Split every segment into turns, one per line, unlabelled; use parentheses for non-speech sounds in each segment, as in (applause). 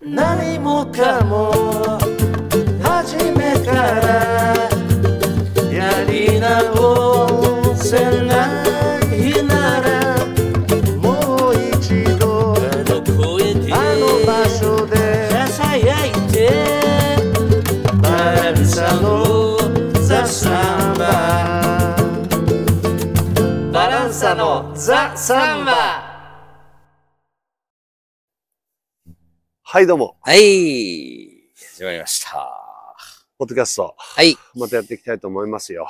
何もかも初めからやり直せないならもう一度
あの声で
あの場所で
ささやいて
バランサのザ・サンババランサのザ・サンバ
はい、どうも。
はい始まりました
ポッドキャスト、
はい
またやっていきたいと思いますよ。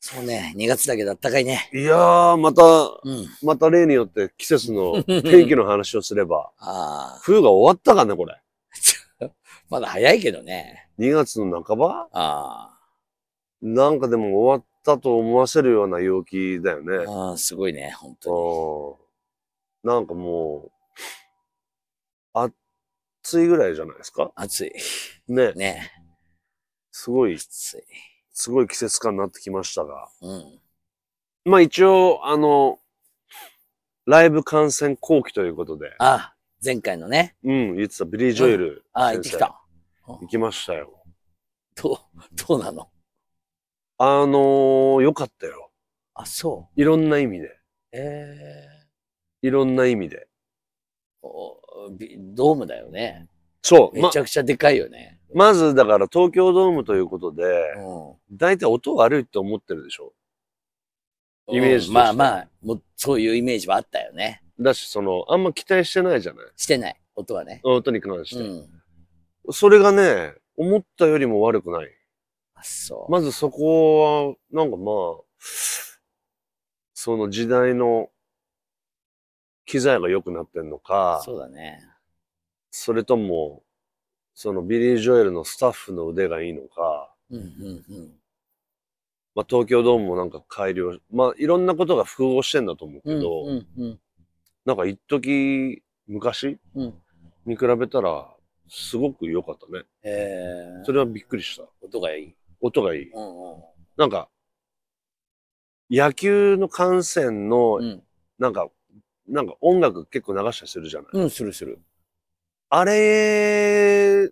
そうね2月だけどあったかいね
いやー、また、
うん
また例によって季節の天気の話をすれば、 (laughs)
ああ
冬が終わったかね、これ。
まだ早いけどね
2月の半ば
あ
なんかでも終わったと思わせるような陽気だよね。
ーあーすごいね本当に
うん。なんかもう、暑いぐらいじゃないですか
暑い
ね。
ね
すごい、
暑い
すごい季節感になってきましたが。
うん
まあ一応、あの、ライブ観戦後期ということで、
あ前回のね
うん、言ってたビリー・ジョエル
ああ行ってきた
行きましたよ。
どうどうなの
あのー、よかったよ。
あそ
いろんな意味で。
うええ
いろんな意味で。
おビドームだよね。
そう。
め
ま
ち、ゃくちゃでかいよね。
まずだから東京ドームということで、
う
大体音悪いって思ってるでしょ。
ん
イメージとして
うんまあまあ、もうそういうイメージはあったよね。
だし、その、あんま期待してないじゃない。
してない、音はね。
音に関し
う
て。
ん。
それがね、思ったよりも悪くない。
あそう。
まずそこは、なんかまあ、その時代の機材が良くなってんのか、
そうだね。
それとも、そのビリー・ジョエルのスタッフの腕がいいのか、
うんうんうん。
まあ、東京ドームもなんか改良、まあいろんなことが複合してんだと思うけ
うん
ど、
うんうん
なんか一時昔
うん。
に比べたら、すごく良かったね。
えー
それはびっくりした。
音がいい。
音がいい。
うんうん
なんか、野球の観戦の
うん。
なんか、なんか音楽結構流したりするじゃない。
うん、するする。
あれ、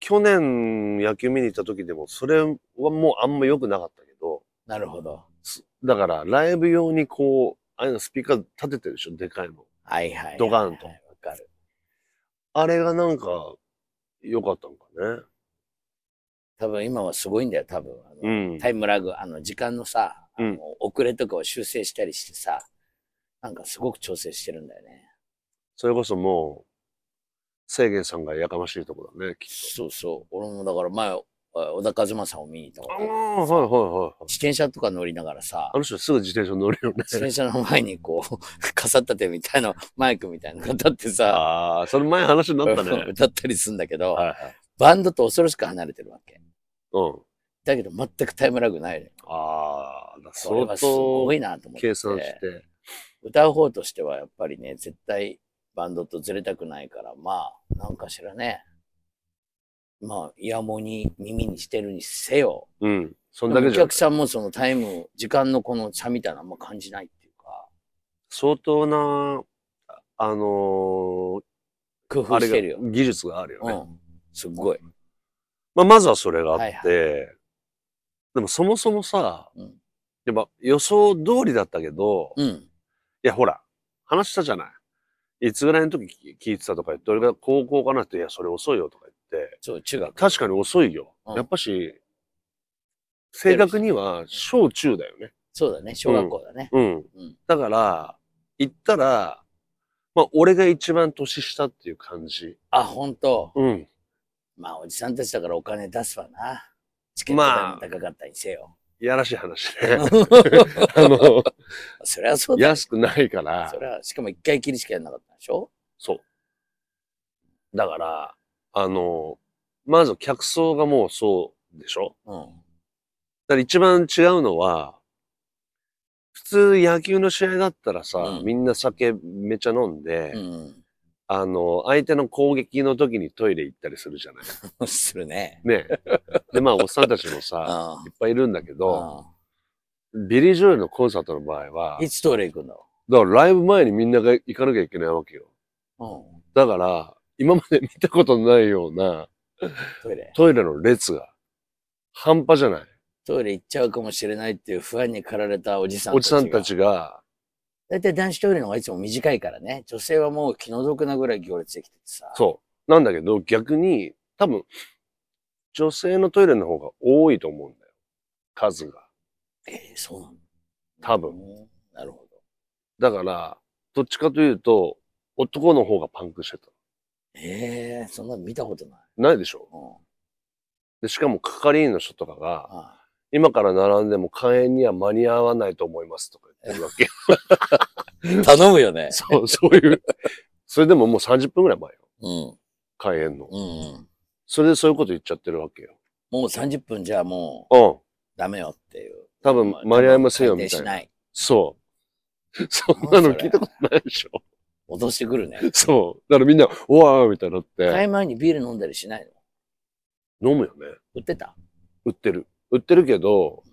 去年野球見に行った時でも、それはもうあんま良くなかったけど、
なるほど。
すだからライブ用にこう、ああいうのスピーカー立ててるでしょ、でかいの。
はいはいはい。
ドカンと
わかる。
あれがなんか、良かったのかね。
多分今はすごいんだよ、多分。あの
うん。
タイムラグ、あの、時間のさ、あの
うん
遅れとかを修正したりしてさ、なんかすごく調整してるんだよね。
それこそもう、制限さんがやかましいとこだね、きっ
そうそう。俺もだから前、あ小田和正さんを見に行った
と。あ
こ
あ、
とある
はいはいはい。
自転車とか乗りながらさ
あ、の人すぐ自転車乗るよ
自
ね。
転車の前にこう、 (laughs) 傘立てみたいなマイクみたいなのが立ってさ、
(laughs) ああ、その前話になったね。
(laughs)
はい
歌ったりするんだけど、
はい。
バンドと恐ろしく離れてるわけ。
うん。
だけど全くタイムラグないのよ。
ああ、だ
それ
相
はすご
当
いなと思って。
計算して。
歌う方としてはやっぱりね、絶対バンドとずれたくないから、まあ、なんかしらね、まあ、イヤモニ耳にしてるにせよ、
うん。そんだけ
お
じゃ
客さんもそのタイム、時間のこの差みたいなのあんま感じないっていうか、
相当な、あの
工
ー、あ
夫
れ
してる
が
よ。、
技術があるよ
う
ね。
ん。すっごい。
まあ、まずはそれがあって、
はいはい
でもそもそもさ、
うん
やっぱ予想通りだったけど、い
うん。
や、ほら、話したじゃない。いつぐらいの時聞いてたとか言って、俺が高校かなって、いや、それ遅いよとか言って、
そう、中学。
確かに遅いよ。
うん
やっぱし、正確には小中だよね。
そうだね、小学校だね。
うん
うん。
だから、行ったら、まあ、俺が一番年下っていう感じ。
あ、本当。
うん。
まあ、おじさんたちだからお金出すわな。チケット
ま
が
あ
高かったにせよ。
いやらしい話ね。あの、
(laughs) そりゃそうだよ。
安くないから
そ。れは、しかも一回きりしかやんなかったでしょ
そう。だから、あの、まず客層がもうそうでしょ
う
だ
ん。
から一番違うのは、普通野球の試合だったらさ、
うん
みんな酒めっちゃ飲んで、
うん
あの、相手の攻撃の時にトイレ行ったりするじゃない。
うん。 (laughs) するね。
ね。で、まあ、おっさんたちもさ、
あ
いっぱいいるんだけど、
あ。
ビリー・ジョエルのコンサートの場合は、
いつトイレ行くんだ
だからライブ前にみんなが行かなきゃいけないわけよ。
う
だから、今まで見たことないような
トイレ。
トイレの列が半端じゃない。
トイレ行っちゃうかもしれないっていう不安に駆られたおじさん
お
たちが。
じさんたちが、
だいたい男子トイレの方がいつも短いからね。女性はもう気の毒なぐらい行列できててさ。
そう。なんだけど逆に多分女性のトイレの方が多いと思うんだよ。数が。
えーそうなの
多分。
うんなるほど。
だから、どっちかというと男の方がパンクしてた。
ええそんなの見たことない。
ないでしょ
うん。
で、しかも係員の人とかが、
あ
今から並んでも開園には間に合わないと思いますとか言ってるわけ。
あ頼むよ (laughs) ね。
そう、そういう。それでももう30分ぐらい前よ。
うん。
開園の。
うんうん。
それでそういうこと言っちゃってるわけよ。
もう30分じゃもう
うん。
ダメよっていう。
多分間に合いませんよ、みたい
し
な。
ない。
そう。そんな
な
ん
それ
の聞いたことないでしょ。
脅してくるね。
そう。だからみんな、うわーみたいになって、
買い前にビール飲んだりしないの
飲むよね。
売ってた
売ってる。売ってるけど、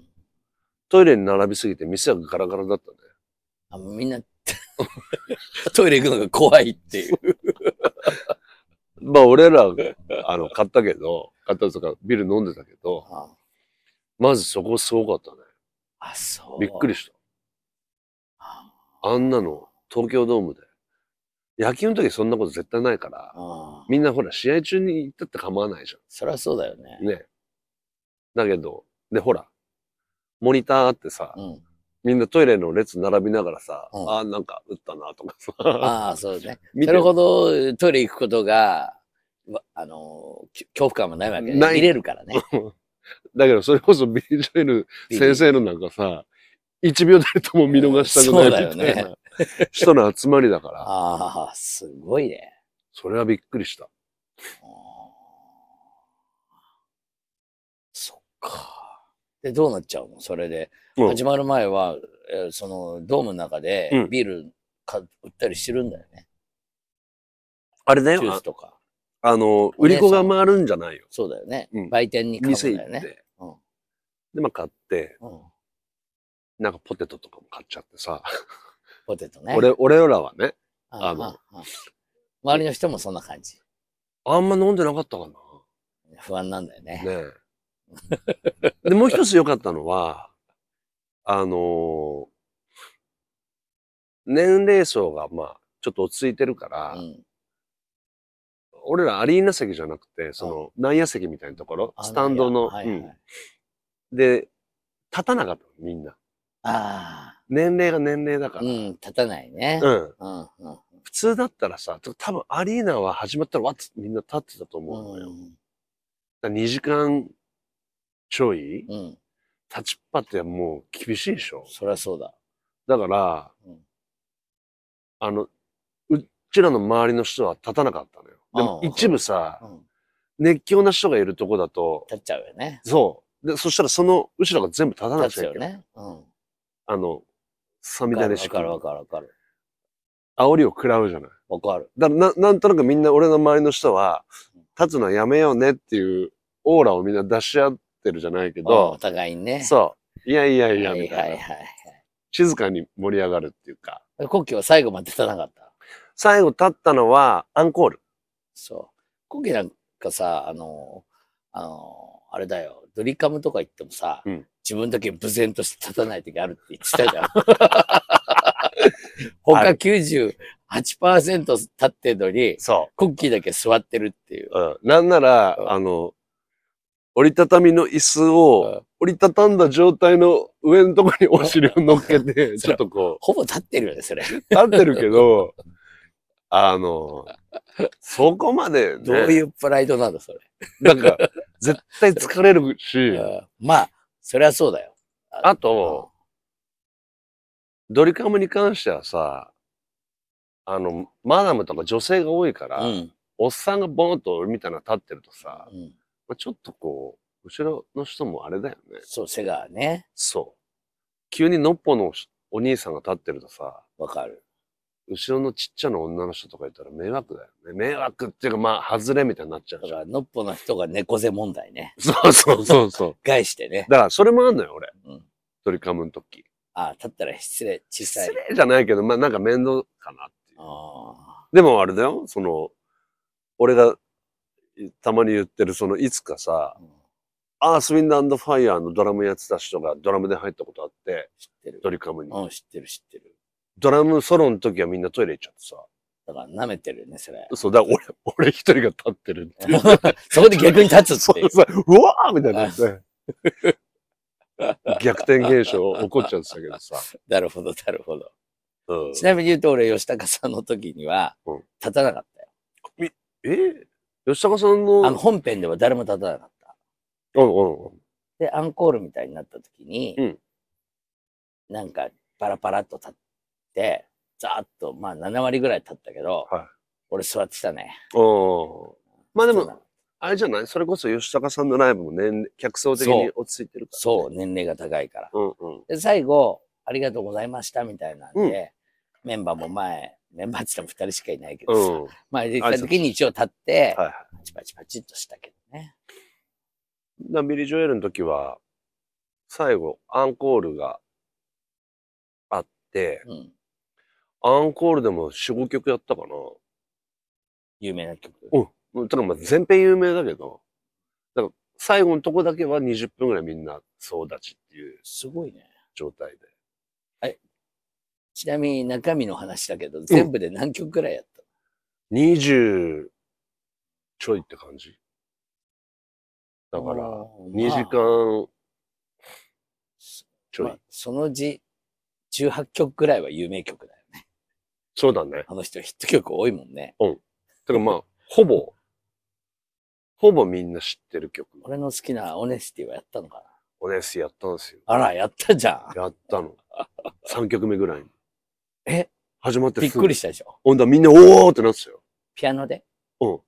トイレに並びすぎて店がガラガラだったね。
あみんな (laughs) トイレ行くのが怖いっていう。
まあ俺ら、あ
(laughs)
の、買ったけど、買ったとか、ビール飲んでたけど、
あ
まずそこすごかったね。
あ、そう。
びっくり
し
した。
た。
あんなの、東京ドームで。野球の時そんなこと絶対ないから、
ああ
みんなほら、試合中に行ったって構わないじ
そりゃそうだよね
ゃん。。ね。だけど、で、ほら、モニターあってさ、
うん。
みんなトイレの列並びながらさ、
うん
あーなんか打ったなとかさ、
ああ、そうね。
(laughs) 見
そ
て
れほどトイレ行くことが、わあのー、き恐怖感もないわけで、
ない
見れるから
(laughs)
ね。
だけど、それこそビリー・ジョエル先生のなんかさ、一秒たりとも見逃したくないみたい
そうだよ
な人の集まりだ
(laughs)
から、
ああ、すごいね。
それはびっくりした。
ああそっか。で、どうなっちゃうのそれで。
うん
始まる前は、えーその、ドームの中
う
で
ん
ビールか、売ったりしてるんだよね。
あれだ
ジュースとか。
ああの、売り子が回るんじゃないよ。
そうだよね。
うん
売店に買う
店行
んだ
っ
よ
て。
ね。うん
で、まあ買って、
うん。
なんかポテトとかも買っちゃってさ、
ポテトね。
俺、俺らはね、
あ
あの
ああ周りの人もそんな感じ。
あんま飲んでなかったか
不安なんだよね。
な。ねえ。で、もう一つ良かったのは、あのー年齢層がまあ、ちょっと落ち着いてるから、
うん。
俺らアリーナ席じゃなくて、その、内野席みたいなところ、
あ
スタンドの、
はいはい
うんで、立たなかったのみんな。
あ
年齢が年齢だか
あ、
ら。
うん、立たないね。
うん
うん、うん、
普通だったらさ、と多分アリーナは始まったらわっつってみんな立ってたと
う
思うのよ。
ん、
だ2時間ちょい
うん、
立ちっぱってもう厳しいでしょ。
そりゃそうだ。
だから、
うん
あの、うちらの周りの人は立たなかったのよ。でも
ああ
一部さ
う、ん、
熱狂な人がいるとこだと、
立っちゃうよね。
そう。で、そしたらその後ろが全部立たなくち
立つ
ゃい
よ
けない。
ね。うん。
あの、さみ
わ
だ
かる
れ
わ
し
かるわかるわかる。
煽りを食らうじゃない。
わかる。
だからな、なんとなくみんな、俺の周りの人は、立つのやめようねっていうオーラをみんな出し合ってるじゃないけ
うんお
ど、
互いにね。
そう。いやいやいや、
はい
み
は
た
いはい
いな。
はい。
静かに盛り上がるっていうか。
コッキーは最後まで立たなかった。
最後立ったのは、アンコール。
そう。コッキーなんかさ、あの、あの、あれだよ、ドリカムとか行ってもさ、
うん
自分だけ無然として立たない時あるって言ってたじ
(laughs)
ゃん。他98%立ってんのに、
そ
コッキーだけ座ってるっていう。
う。うん。なんなら、
うん
あの、折りたたみの椅子を、折りたたんだ状態の上のところにお尻を乗っけ
(laughs)
て、ちょっとこ
ほぼ立ってるよね、それ。
う、立ってるけど、あの、そこまで、ね、
どういうプライドなんだ、それ。
なんか、絶対疲れるし、
うんまあ、そりゃそうだよ。
あと、ドリカムに関してはさ、あの、マダムとか女性が多いから、
うん。
おっさんがボーンとみたいな立ってるとさ、
うん
まあちょっとこう、後ろの人もあれだよね。
そう、背がね、
そう。急にのっぽのお兄さんが立ってるとさ、
わかる。
後ろのちっちゃな女の人とかいたら迷惑だよね。迷惑っていうか、まあ、外れみたいになっちゃう
だ
じ
か
ゃん。
ら、のっぽの人が猫背問題ね。
そうそうそうそう。
返してね。
だから、それもあんのよ、俺。
うん
ドリカムの時。
ああ、立ったら失礼、小さい
失。礼じゃないけど、まあなんか面倒かなっていう。
ああ。
でもあれだよ、その、俺がたまに言ってる、そのいつかさ、
うん
アースウィンドアンドファイヤーのドラムやってた人がドラムで入ったことあって、
知ってる。
ドリカムに。
うん、知ってる、知ってる。
ドラムソロの時はみんなトイレ行っちゃってさ。
だから舐めてるよね、それ。
そう、だから俺、俺一人が立ってるっていう。
(laughs) そこで逆に立つ
そ
っていう
う。さ、うわーみたいになって。逆転現象起こっちゃってたけどさ。
なるほど、なるほど。 (laughs)
うん
ちなみに言うと、俺、吉高さんの時には
うん、
立たなかったよ。
え吉高さん
あの、
の、
本編では誰も立たなかった。
うんうんうん
で、アンコールみたいになった時に、
うん
なんか、パラパラっと立って、ざーっと、まあ、7割ぐらい立ったけど、
はい
俺座ってたね。
うん。まあで
そうな
も
の、
あれじゃないそれこそ吉高さんのライブも年、客層的に落ち着いてるから。
そう、年齢が高いから。
うんうん。
で、最後、ありがとうございましたみたいなんで、メンバーも前、メンバーって言っても2人しかいないけ
う
どさ、
ん。はい
前出てた時に一応立って、
はい。
パチパチパチっとしたけどね。
なビリー・ジョエルの時は、最後、アンコールがあって、
うん。
アンコールでも4、5曲やったかな。
有名な曲。
うん。ただまあ全編有名だけど、だから最後のとこだけは20分ぐらいみんな総立ちっていう
すごいね。
状態で。
ちなみに中身の話だけど、全部で何曲ぐらいやった、
20ちょいって感じ。だ
の
から、
おー
2時
まあ
間ちょい。
まあそのうち18曲ぐらいは有名曲だよね。
そうだね。
あの人ヒット曲多いもんね。
だからまあ、ほぼ、ほぼみんな知ってる曲。
俺の好きなオネスティはやったのか
オネスやったんですよ。
なあら、やったじゃん。
やった
(laughs)
の。3曲目ぐらいに。
え
始まって
びっくりしたでしょ。
ほんだみんな、おーってなってたよ。
ピアノで。
うん。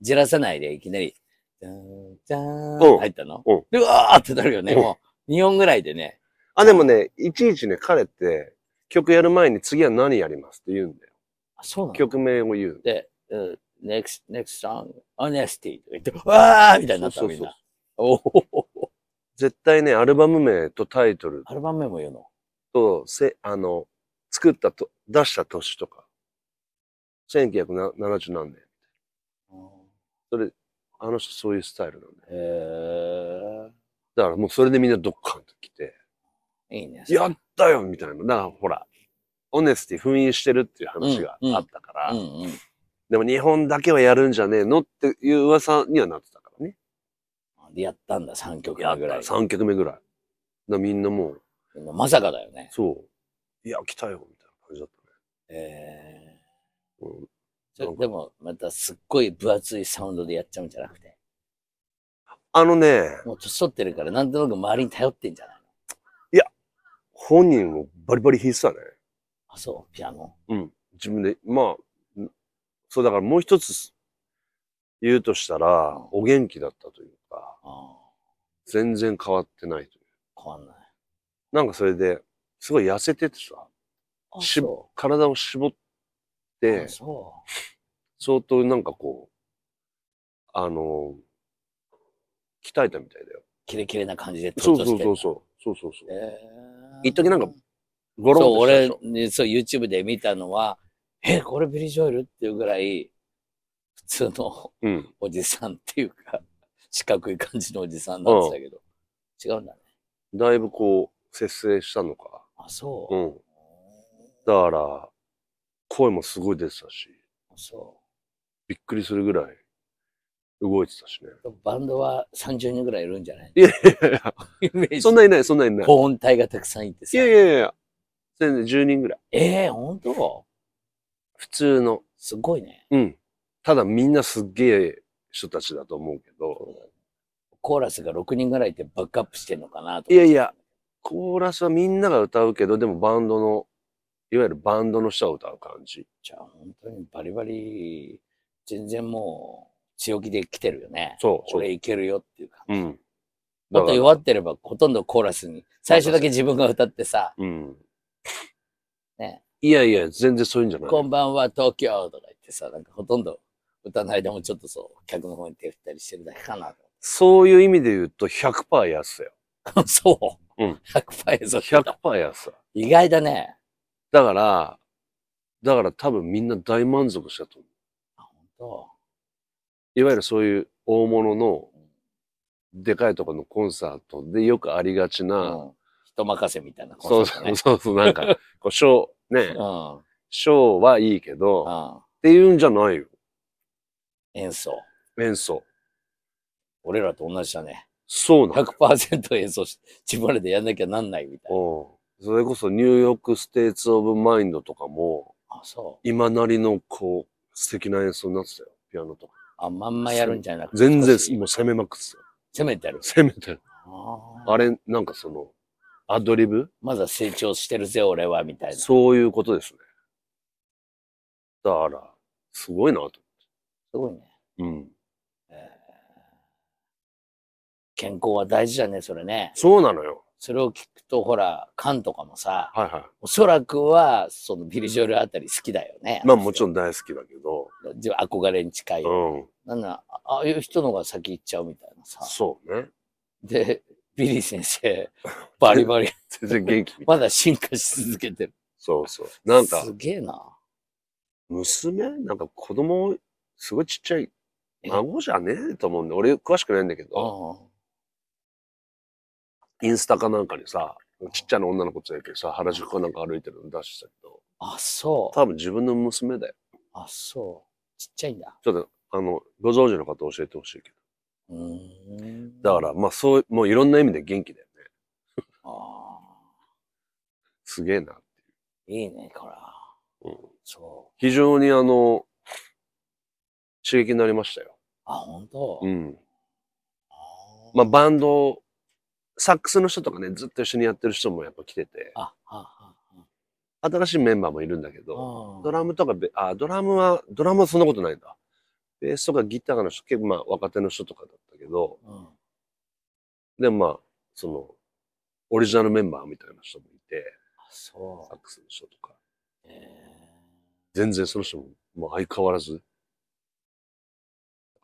じらさないでいきなり、じゃん、じゃーん、
うん
入ったの。
うん
で、うわーってなるよね。
うん
もう、2音ぐらいでね。
あ、でもね、いちいちね、彼って、曲やる前に次は何やりますって言うんだよ。
あ、そうなの
曲名を言う。
で、うん、next, next song, honesty とか言って、わーみたいになった
そ
の
うそうそう
みんな。おお
絶対ね、アルバム名とタイトル
アルバム名も言うの。
と、せ、あの、作ったと、出した年とか。1970何年。あの人そういうスタイルなんだよ。
へえ
だからもうそれでみんなドッカンと来て、
ー。いいね。
やったよみたいな。だからほら、オネスティ封印してるっていう話があったから、
うんうん。
でも日本だけはやるんじゃねえのっていう噂にはなってたからね。
で、やったんだ、3曲
やっ
目ぐらい。
た3曲目ぐらい。だからみんなもう、
まさかだよね。
そう。いや、来たよ、みたいな感じだったね。
え
うん
ー、ちょでも、またすっごい分厚いサウンドでやっちゃうんじゃなくて。
あのね、
もう年取ってるから、なんとなく周りに頼ってんじゃないの
本人もバリバリ弾いてたね。
あ、そう、ピアノ。
うん。自分で、まあ、んそう、だからもう一つ言うとしたら、お元気だったというか、
あ
全然変わってないという。
あ、変わんない。
なんかそれで、すごい痩せててさ、
あ
し
そ
体を絞っ
う。
て
あ、そ
相当なんかこう、あの、鍛えたみたいだよ。
う。キレキレな感じでと
そ
っ
う
と
そう
して。
そうそう。そうそうそう。
えー
一時なんかゴロン
そ
とした
う、
で
俺
しょ、
ねそう、YouTube で見たのは、え、これビリー・ジョエルっていうぐらい、普通の
うん。
おじさんっていうか、四角い感じのおじさんなんだけど、違うんだね。
だいぶこう、節制したのか。
あ、そうう。
ん。だから、声もすごい出てたし、
あそ
びっくりするぐらい動いてたしね。
う。バンドは30人ぐらいいるんじ (laughs) ゃない
(laughs) いやいやいや
イメー
い
ジ。
や、そんないない、そんないない。
高音帯がたくさんいて
い
さ。
やいやいや、全然10人ぐらい。
ええー、ほんと
普通の。
すごいね。
うん。ただみんなすっげえ人たちだと思うけど、
コーラスが6人ぐらいいてバックアップしてんのかなと。
いやいや。コーラスはみんなが歌うけど、でもバンドの、いわゆるバンドの人が歌う感じ。
じゃあ本当にバリバリ、全然もう強気で来てるよね。
そう、そう。
俺いけるよっていうか。
うん。
もっと弱ってればほとんどコーラスに、最初だけ自分が歌ってさ、
うん。
ね
いやいや、全然そういうんじゃない。
こんばんは東京とか言ってさ、なんかほとんど歌の間もちょっとそう、客の方に手振ったりしてるだけかな。
そういう意味で言うと100%安さよ。
(laughs) そう。
うん
100%やぞ。
100%安さ。
意外だね。
だから、だから多分みんな大満足したと思
あ本当
いわゆるそういう大物の、でかいところのコンサートでよくありがち
う
な、
ん。人任せみたいな
そ
コン
う
セプ
そ
トね
う。そうそう、なん
(laughs)
か、こう、ショー、ね、
うん。
ショーはいいけど、っ
うん。
ていうんじゃないよ、
演奏。
演奏。
俺らと同じだね。
そうなの。
100%演奏し、自分らでやんなきゃなんないみたいな。
うん。それこそニューヨークステイツオブマインドとかも、
あ、そう。
今なりのこう、素敵な演奏になってたよ。ピアノとか。
あ、まんまやるんじゃなくて。
全然
少し
もう攻めまくってたよ。
攻めてる。
攻めてる。
あー
あれ、なんかその、アドリブ
まだ成長してるぜ、俺は、みたいな。
そういうことですね。だから、すごいなと。
すごいね。
うん。
えー健康は大事だね、それね。
そうなのよ。
それを聞くと、ほら、缶とかもさ、
はいは
おそらくは、そのビリジョルあたり好きだよね。
い。まあもちろ
ん。
ん大好きだけど、
自分憧れに近い。
うん。
なんなら、あああいう人の方が先行っちゃうみたいなさ。
そうね。
で、ビリー先生、バリバリ、
全然元気
まだ進化し続けてる。
(laughs) そうそう。なんか、
すげえな。
娘なんか子供、すごいちっちゃい。孫じゃねえと思うんで、俺詳しくないんだけど、
う
インスタかなんかにさ、ちっちゃな女の子連れてさ、原宿かなんか歩いてるの出してたけど、
ん。あ、そう。
多分自分の娘だよ。
あ、そう。ちっちゃいんだ。
ちょっと、あの、ご存知の方教えてほしいけ
うーん。
ど。だから、まあそう、もういろんな意味で元気だよね。
あ
すげえな。
ーいいね、こら。
うん
そう。
非常にあの、刺激になりましたよ。
あ、本当。
うん。
あー
まあバンド、サックスの人とかね、ずっと一緒にやってる人もやっぱ来てて、
あ、あ、あ、
新しいメンバーもいるんだけど、
あ。
ドラムとかベ、あ、ドラムは、ドラムはそんなことないんだ。ベースとかギターの人、結構まあ若手の人とかだったけど、
うん。
でもまあ、その、オリジナルメンバーみたいな人もいて、
あ、そ
サックスの人とか。
う。え
全然その人も、もう相変わらず、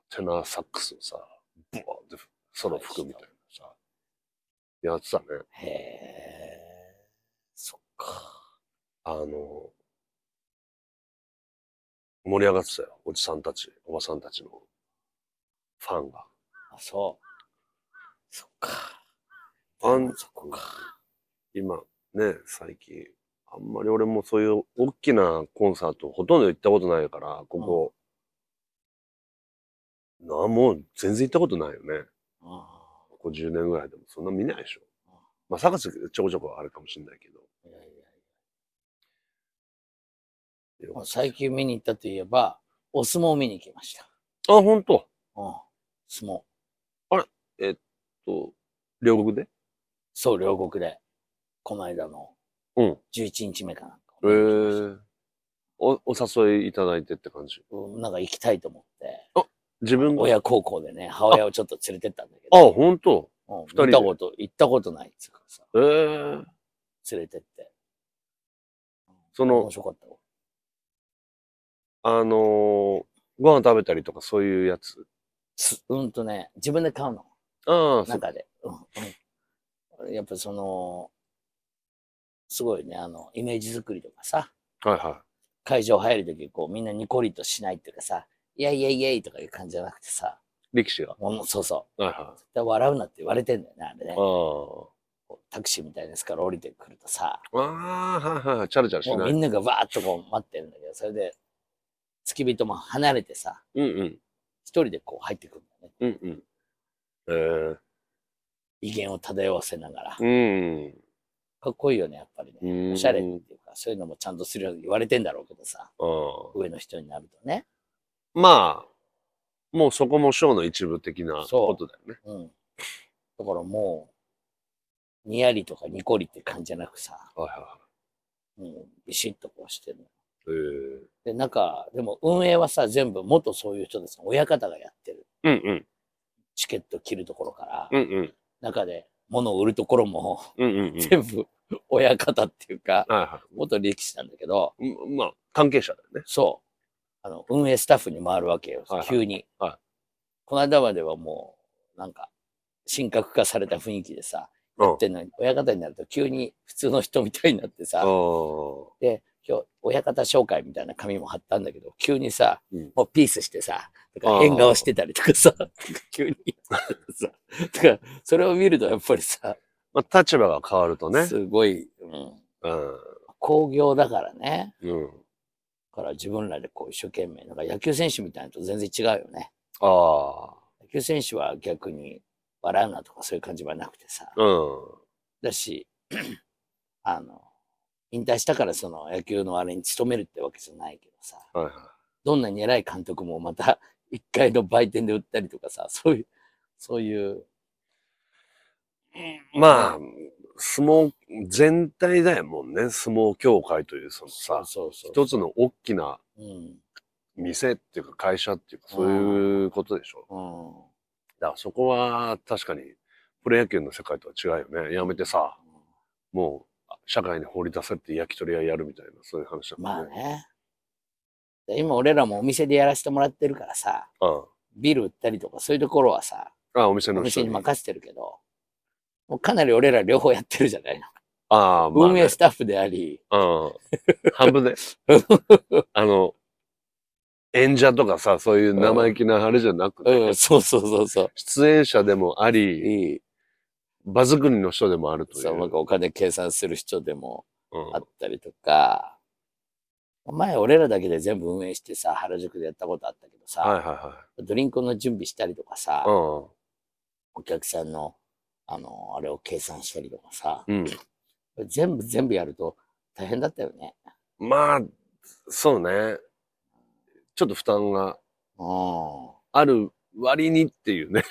テナーサックスをさ、ブワーってソロ吹くみたいなさ、やってたね。
ー、へえ。そっか。
あの、盛り上がってたよ。おじさんたち、おばさんたちのファンが。
あ、そう。そっか。
あん
そこか。
今ね、最近、あんまり俺もそういう大きなコンサートほとんど行ったことないから、ここ、なあ、もう全然行ったことないよね。
あ
ここ10年ぐらいでもそんな見ないでしょ
うん。
まあ、サカスちょこちょこあるかもしれないけど。
ーいやいや
よか
も
っ
う
た
最近見に行ったといえば、お相撲を見に行きました。
あ、ほんと。
うん。相撲。
と、両国で
そう、両国で。この間の
うん。
11日目かなんか。
えー、お、お誘いいただいてって感じ。
うんなんか行きたいと思って。
自分が。あ、
親孝行でね、母親をちょっと連れてったんだけど、
ほんと。
うん
人で
行ったこと、行ったことないっつうかさ、
えー、
連れてって。
その
面白かったわ
あのーご飯食べたりとかそういうやつ。
すうんとね、自分で買うの、
ああ、そっか
中で。うんうんやっぱその、すごいね、あの、イメージ作りとかさ、
はいは
会場入るとき、こう、みんなニコリとしないっていうかさ、イエイイエイイエイとかいう感じじゃなくてさ、
い。力士が。
ものそうそう、
はいは
絶対笑うなって言われてんだよね、あれね
い。。あ
こうタクシーみたいですから降りてくるとさ、
あ。ああ、はいはいはい。チャラチャラし
もう
ない
み。んながわーっとこう待ってるんだけど、それで、付き人も離れてさ、
うんうん。
一人でこう入ってくるんだよね。
うんうん。えー、
威厳を漂わせながら。
うん。
かっこいいよね、やっぱりね。
うん
おしゃれっていうか、そういうのもちゃんとするように言われてんだろうけどさ、
ああ。
上の人になるとね。
まあ、もうそこもショーの一部的な
そう
ことだよね。
うん。だからもう、にやりとかにこりって感じじゃなくさ、
はいは
もうビシッとこうしてるの。
いはい。
で、なんか、でも運営はさ、全部元そういう人です親方がやってる。
えー、うん
チケット切るところから、
うん。うんうん。
中で物を売るところも、
うんうん、うん。
全部親方っていうか、
はいは
元力士なんだけど、
い。うんまあ、関係者だよね。
そう、あの、運営スタッフに回るわけよ
はいは、い
急に。
は
この間まではもう、なんか、神格化された雰囲気でさ、
うん。
で、な親方になると急に普通の人みたいになって
あ
さ、
ー
今日、親方紹介みたいな紙も貼ったんだけど、急にさ、
うん
もうピースしてさ、とか、変顔してたりと
(laughs)
かさ、急に。さ、だから、それを見るとやっぱりさ、
まあ、立場が変わるとね。
すごい、うん、
うん。
工業だからね。
うん。
だから自分らでこう一生懸命、なんか野球選手みたいなのと全然違うよね。
ああ。
野球選手は逆に笑うなとかそういう感じはなくてさ。
うん。
だし、 (clears throat) あの、引退したからその野球のあれに勤めるってわけじゃないけどさ、
はいはい。
どんなに偉い監督もまた (laughs) 一回の売店で売ったりとかさ、そういう、そういう、
まあ、相撲、全体だよもんね。相撲協会という、そのさ、
そうそうそう
一つの大きな
うん。
店っていうか会社っていうか、そういうことでしょ。
うん。
だからそこは確かに、プロ野球の世界とは違うよね。やめてさ、もう、社会に放り出されて焼き鳥屋やるみたいな、そういう話だ
ま
も
あ
んね。
ね。で今俺らもお店でやらせてもらってるからさ、
あ
ビール売ったりとかそういうところはさ、
あ、お店
お
の人
店に
に。あ
任せてるけど、もうかなり俺ら両方やってるじゃないの。
あ、まあ、
運
ね
営。スタッフであり、
うん。半
(laughs)
分で。あの、演者とかさ、そういう生意気なあれじゃなくて、
うん、そうそうそうそ
出演者でもあ
う。
り、
いい。
場作りの人でもあるという。
そう、なんかお金計算する人でも
うん
あったりとか、前俺らだけで全部運営してさ、原宿でやったことあったけどさ、
はいはいは
ドリンクの準備したりとかさ、
い。
お客さんの、あの、あれを計算したりとかさ、
うん。
全部全部やると大変だったよね。
うん。まあ、そうね。ちょっと負担が
うん。
ある割にっていうね。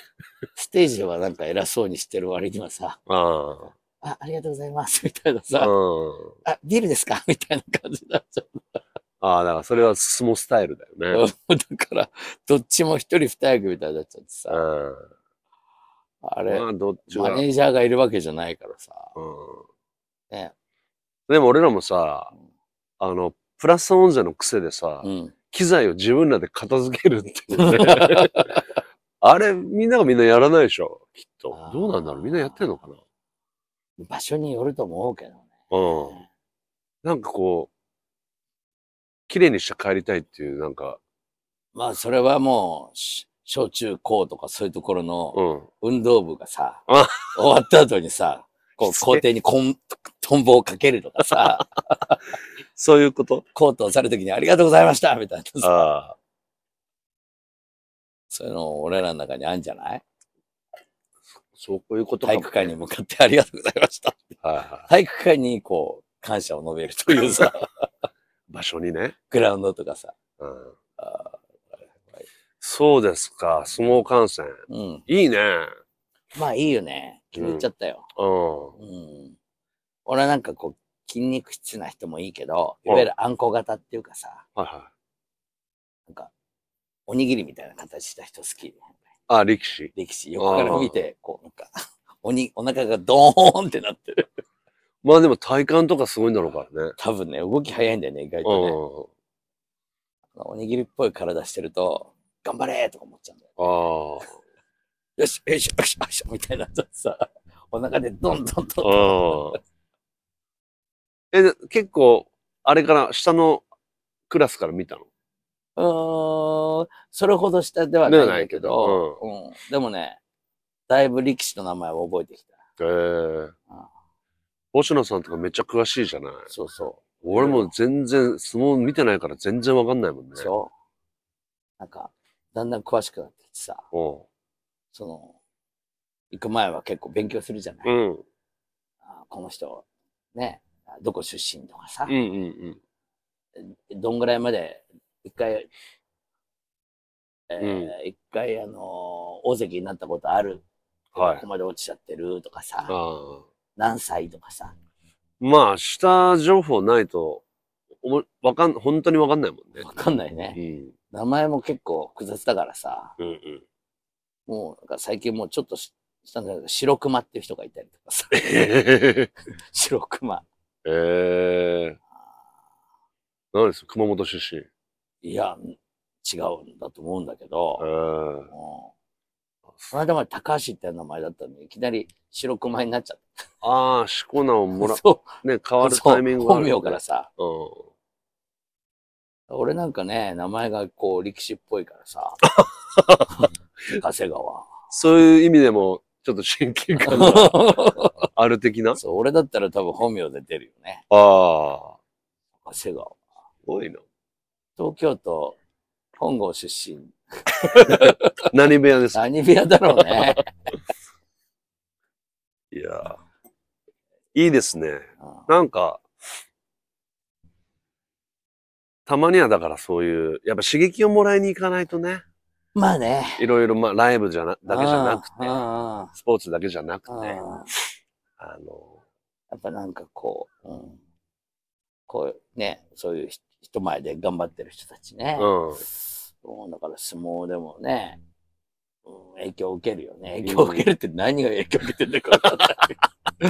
ステージはなんか偉そうにしてる割にはさ、
あ
(laughs) あ、ありがとうございます、 (laughs) みたいな
あ。
さ、
うん。
あ、ビールですかみ (laughs) たいな感じになっちゃ
ああ、だからそれは相撲スタイルだよね。
う。 (laughs) だから、どっちも一人二役みたいになっちゃって
う
さ、あ
ん。
れ
ま、あ、どっち
マ
が。
ネージャーがいるわけじゃないからさ、
うん
ね。
でも俺らもさ、あの、プラスオンゼの癖でさ、
うん。
機材を自分らで片付けるっていうね、
(laughs)
あれ、みんながみんなやらないでしょ、きっと
あ。ー
どうなんだろうみんなやってんのかな
場所によると思うけどね。
うん。なんかこう、綺麗にして帰りたいっていう、なんか、
まあ、それはもう、し小中高とかそういうところ
う
の
ん。
運動部がさ、
あ
終わった後にさ、こう、
失礼
校庭にこん、トンボをかけるとか (laughs) さ、
そういうこと
コートを去るときにありがとうございましたみたいなさ、
ああ。
そういうの俺らの中にあるんじゃない
そういうことかも
体育館に向かってありがとうございました。
はいは
体育館にこう、感謝を述べるという (laughs) さ、
い。場所にね。
グラウンドとかさ。
うん。
あ
そうですか。相撲観戦。
ーうん。
いいね。
まあいいよね。気に入っちゃったよ。
うん。
うん。俺はなんかこう、筋肉質な人もいいけど、い
うん
わゆるあんこ型っていうかさ、
はいはい。
なんか、おにぎりみたいな形した人好き。
あ、力士。
歴史、横から見て、こう、なんか、 (laughs) おに、お腹がドーンってなってる。
まあでも体幹とかすごいんだろうからね。
多分ね、動き早いんだよね、意外
う
とね。
ん。
おにぎりっぽい体してると、頑張れーとか思っちゃうんだよ。
ああ。
よし、よいしょ、よいしょ、よいしょ、みたいなとさ、お腹でどんどんどんどん。
うん。え、で結構、あれから、下のクラスから見たの
うーん、それほど下ではないんだけど、
で
うんでもね、だいぶ力士の名前を覚えてきた。
へえ
あ。
星野さんとかめっちゃ詳しいじゃない
そうそ
俺も全然、相撲見てないから全然わかんないもんね
う。。そう。なんか、だんだん詳しくなってきてさ、
う
その、行く前は結構勉強するじゃない、
ん。うん。
あこの人、ね、あどこ出身とかさ、
うんうん
どんぐらいまで、一回、えー
うん
一回、あのー大関になったことある、
うん。は
こ
い
こ。まで落ちちゃってるとかさ、
ああ。
何歳とかさ、
まあ、下情報ないと、おも、わかん、本当にわかんないもんね。
わかんないね。
うん。
名前も結構複雑だからさ、
うん (laughs) うん。
もうなんか最近もうちょっとししたんだけど、白熊っていう人がいたりとかさ、 (laughs)
え
白熊。
え。何です熊本出身。え
いや、違うんだと思うんだけど、
え
うん。この間まで高橋っていう名前だったのに、いきなり白熊になっちゃっ
ああ、しこなを
た。
もら、
(laughs) そう
ね、変わる
そう
タイミングがあ
本
るよね
名からさ、
う
俺なんかね、名前がこう力士っぽいか
(laughs)
らさ。長谷川。
そういう意味でも、ちょっと親近感が (laughs) ある的なああ、す
そう、俺だったら多分本名で出るよね。長谷川。
ごいな。
東京都本郷出身。
何部屋ですか
何部屋だろ
(laughs)
うね。
いやーいいですね。
うん
なんか、たまにはだからそういう、やっぱ刺激をもらいに行かないとね、
まあね。
いろいろ、まあ、ライブじゃな、だけじゃなくて、
うんうん
スポーツだけじゃなくて、
うんうん
あの、
やっぱなんかこう、うん、こうね、そういうひ人前で頑張ってる人たちね。
うん
うんだから相撲でもね、うん、影響を受けるよね。影響を受けるって何が影響を受けてんだか分かんないけ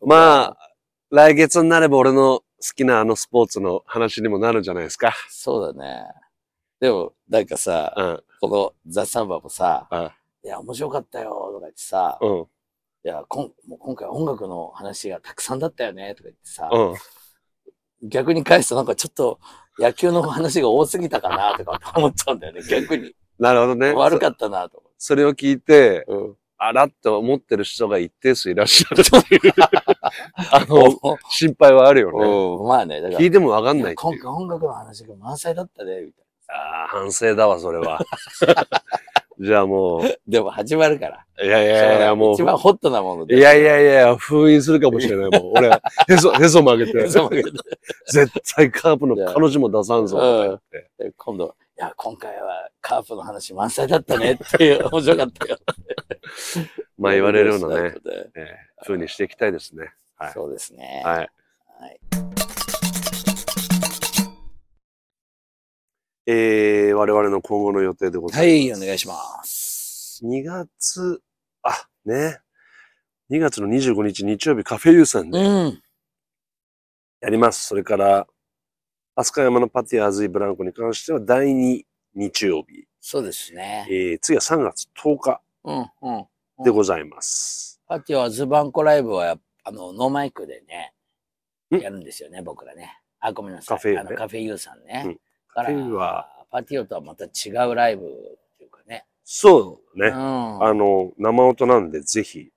ど。
まあ、来月になれば俺の好きなあのスポーツの話にもなるんじゃないですか。
(laughs) そうだね。でも、なんかさ、
うん、
このザ・サンバもさ、
あ
いや、面白かったよとか言ってさ、
うん、
いや、こんもう今回音楽の話がたくさんだったよねとか言ってさ、
うん。
逆に返すとなんかちょっと野球の話が多すぎたかなとか思っちゃうんだよね、逆に。
なるほどね。
悪
そ
かったなと思って。
それを聞いて、
うん
あらって思ってる人が一定数いらっしゃるって (laughs) いう、あの、
お
心配はあるよね。
おまあね、だから
聞いてもわかんないって
今
い
回
う。
音楽の話が満載だったね、みたい
ああ、反省だわ、それ (laughs) は。じゃあもう、
な。でも始まるから。
いやいやいや、もう
一、番ホットなもの
い
で。
やいやいや、封印するかもしれ (laughs) ない。もう、俺、へそ、へそ曲げて、
(laughs) そうだけど
絶対カープの彼女も出さんぞ。
うん
って
で今度、いや、今回はカープの話満載だったねっていう、面白かったよ。
(laughs) まあ言われるようなね、
そういうことで
えー風にしていきたいですね。はい
そうですね。
はい。
はい
えー、我々の今後の予定でござ
はいい、
ま
お
す。
願いします。
す。2月、あ、ね。2月の25日日曜日カフェユーさんで
うん。
やります。それから、飛鳥山のパティアーズイブランコに関しては第2日曜日。
そうですね。
えー、次は3月10日
うん、うん。
でございます。
パティオはズバンコライブはやっ、あの、ノーマイクでね、
ん
やるんですよね、僕らね。あ、ごめんなさい。
カフェユーね
あのカフェユーさんね。
うん
から
カフェユーは
パティオとはまた違うライブっていうかね。
そうね。
うん。
あの、生音なんでぜひ、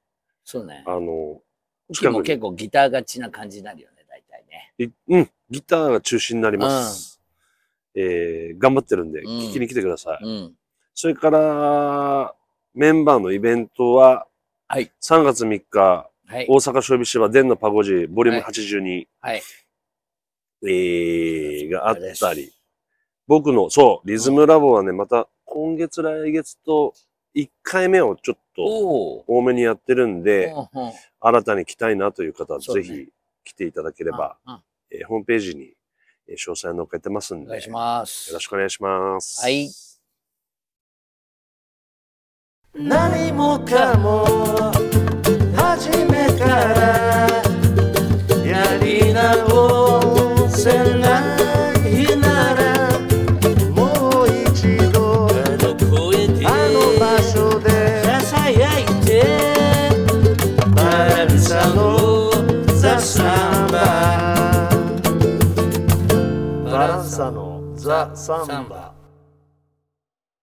そうね。
あの、
で
近
も
くに
結構ギターがちな感じになるよね、大体ね。
いうん、ギターが中心になります。えー、頑張ってるんで、
うん
聞きに来てください。
うん。
それから、メンバーのイベントは、
はい
3月3日、
はい
大。阪小美芝伝のパゴジー、ボリューム82、
はい
えー、があったり、僕の、そう、リズムラボはね、また今月来月と1回目をちょっと
おお。
多めにやってるんで、
うんうん
新たに来たいなという方は
そう
ぜ
ね
ひ来ていただければ、
うんうん
えーホームページにえー詳細載っけてますん
お
で、
願いし
よ
ます。
ろしくお願いします。
はい。
何もかも初めからやり直せないならもう一度あの場所で
ささやいて
バランサのザ・サンババランサのザ・サンバ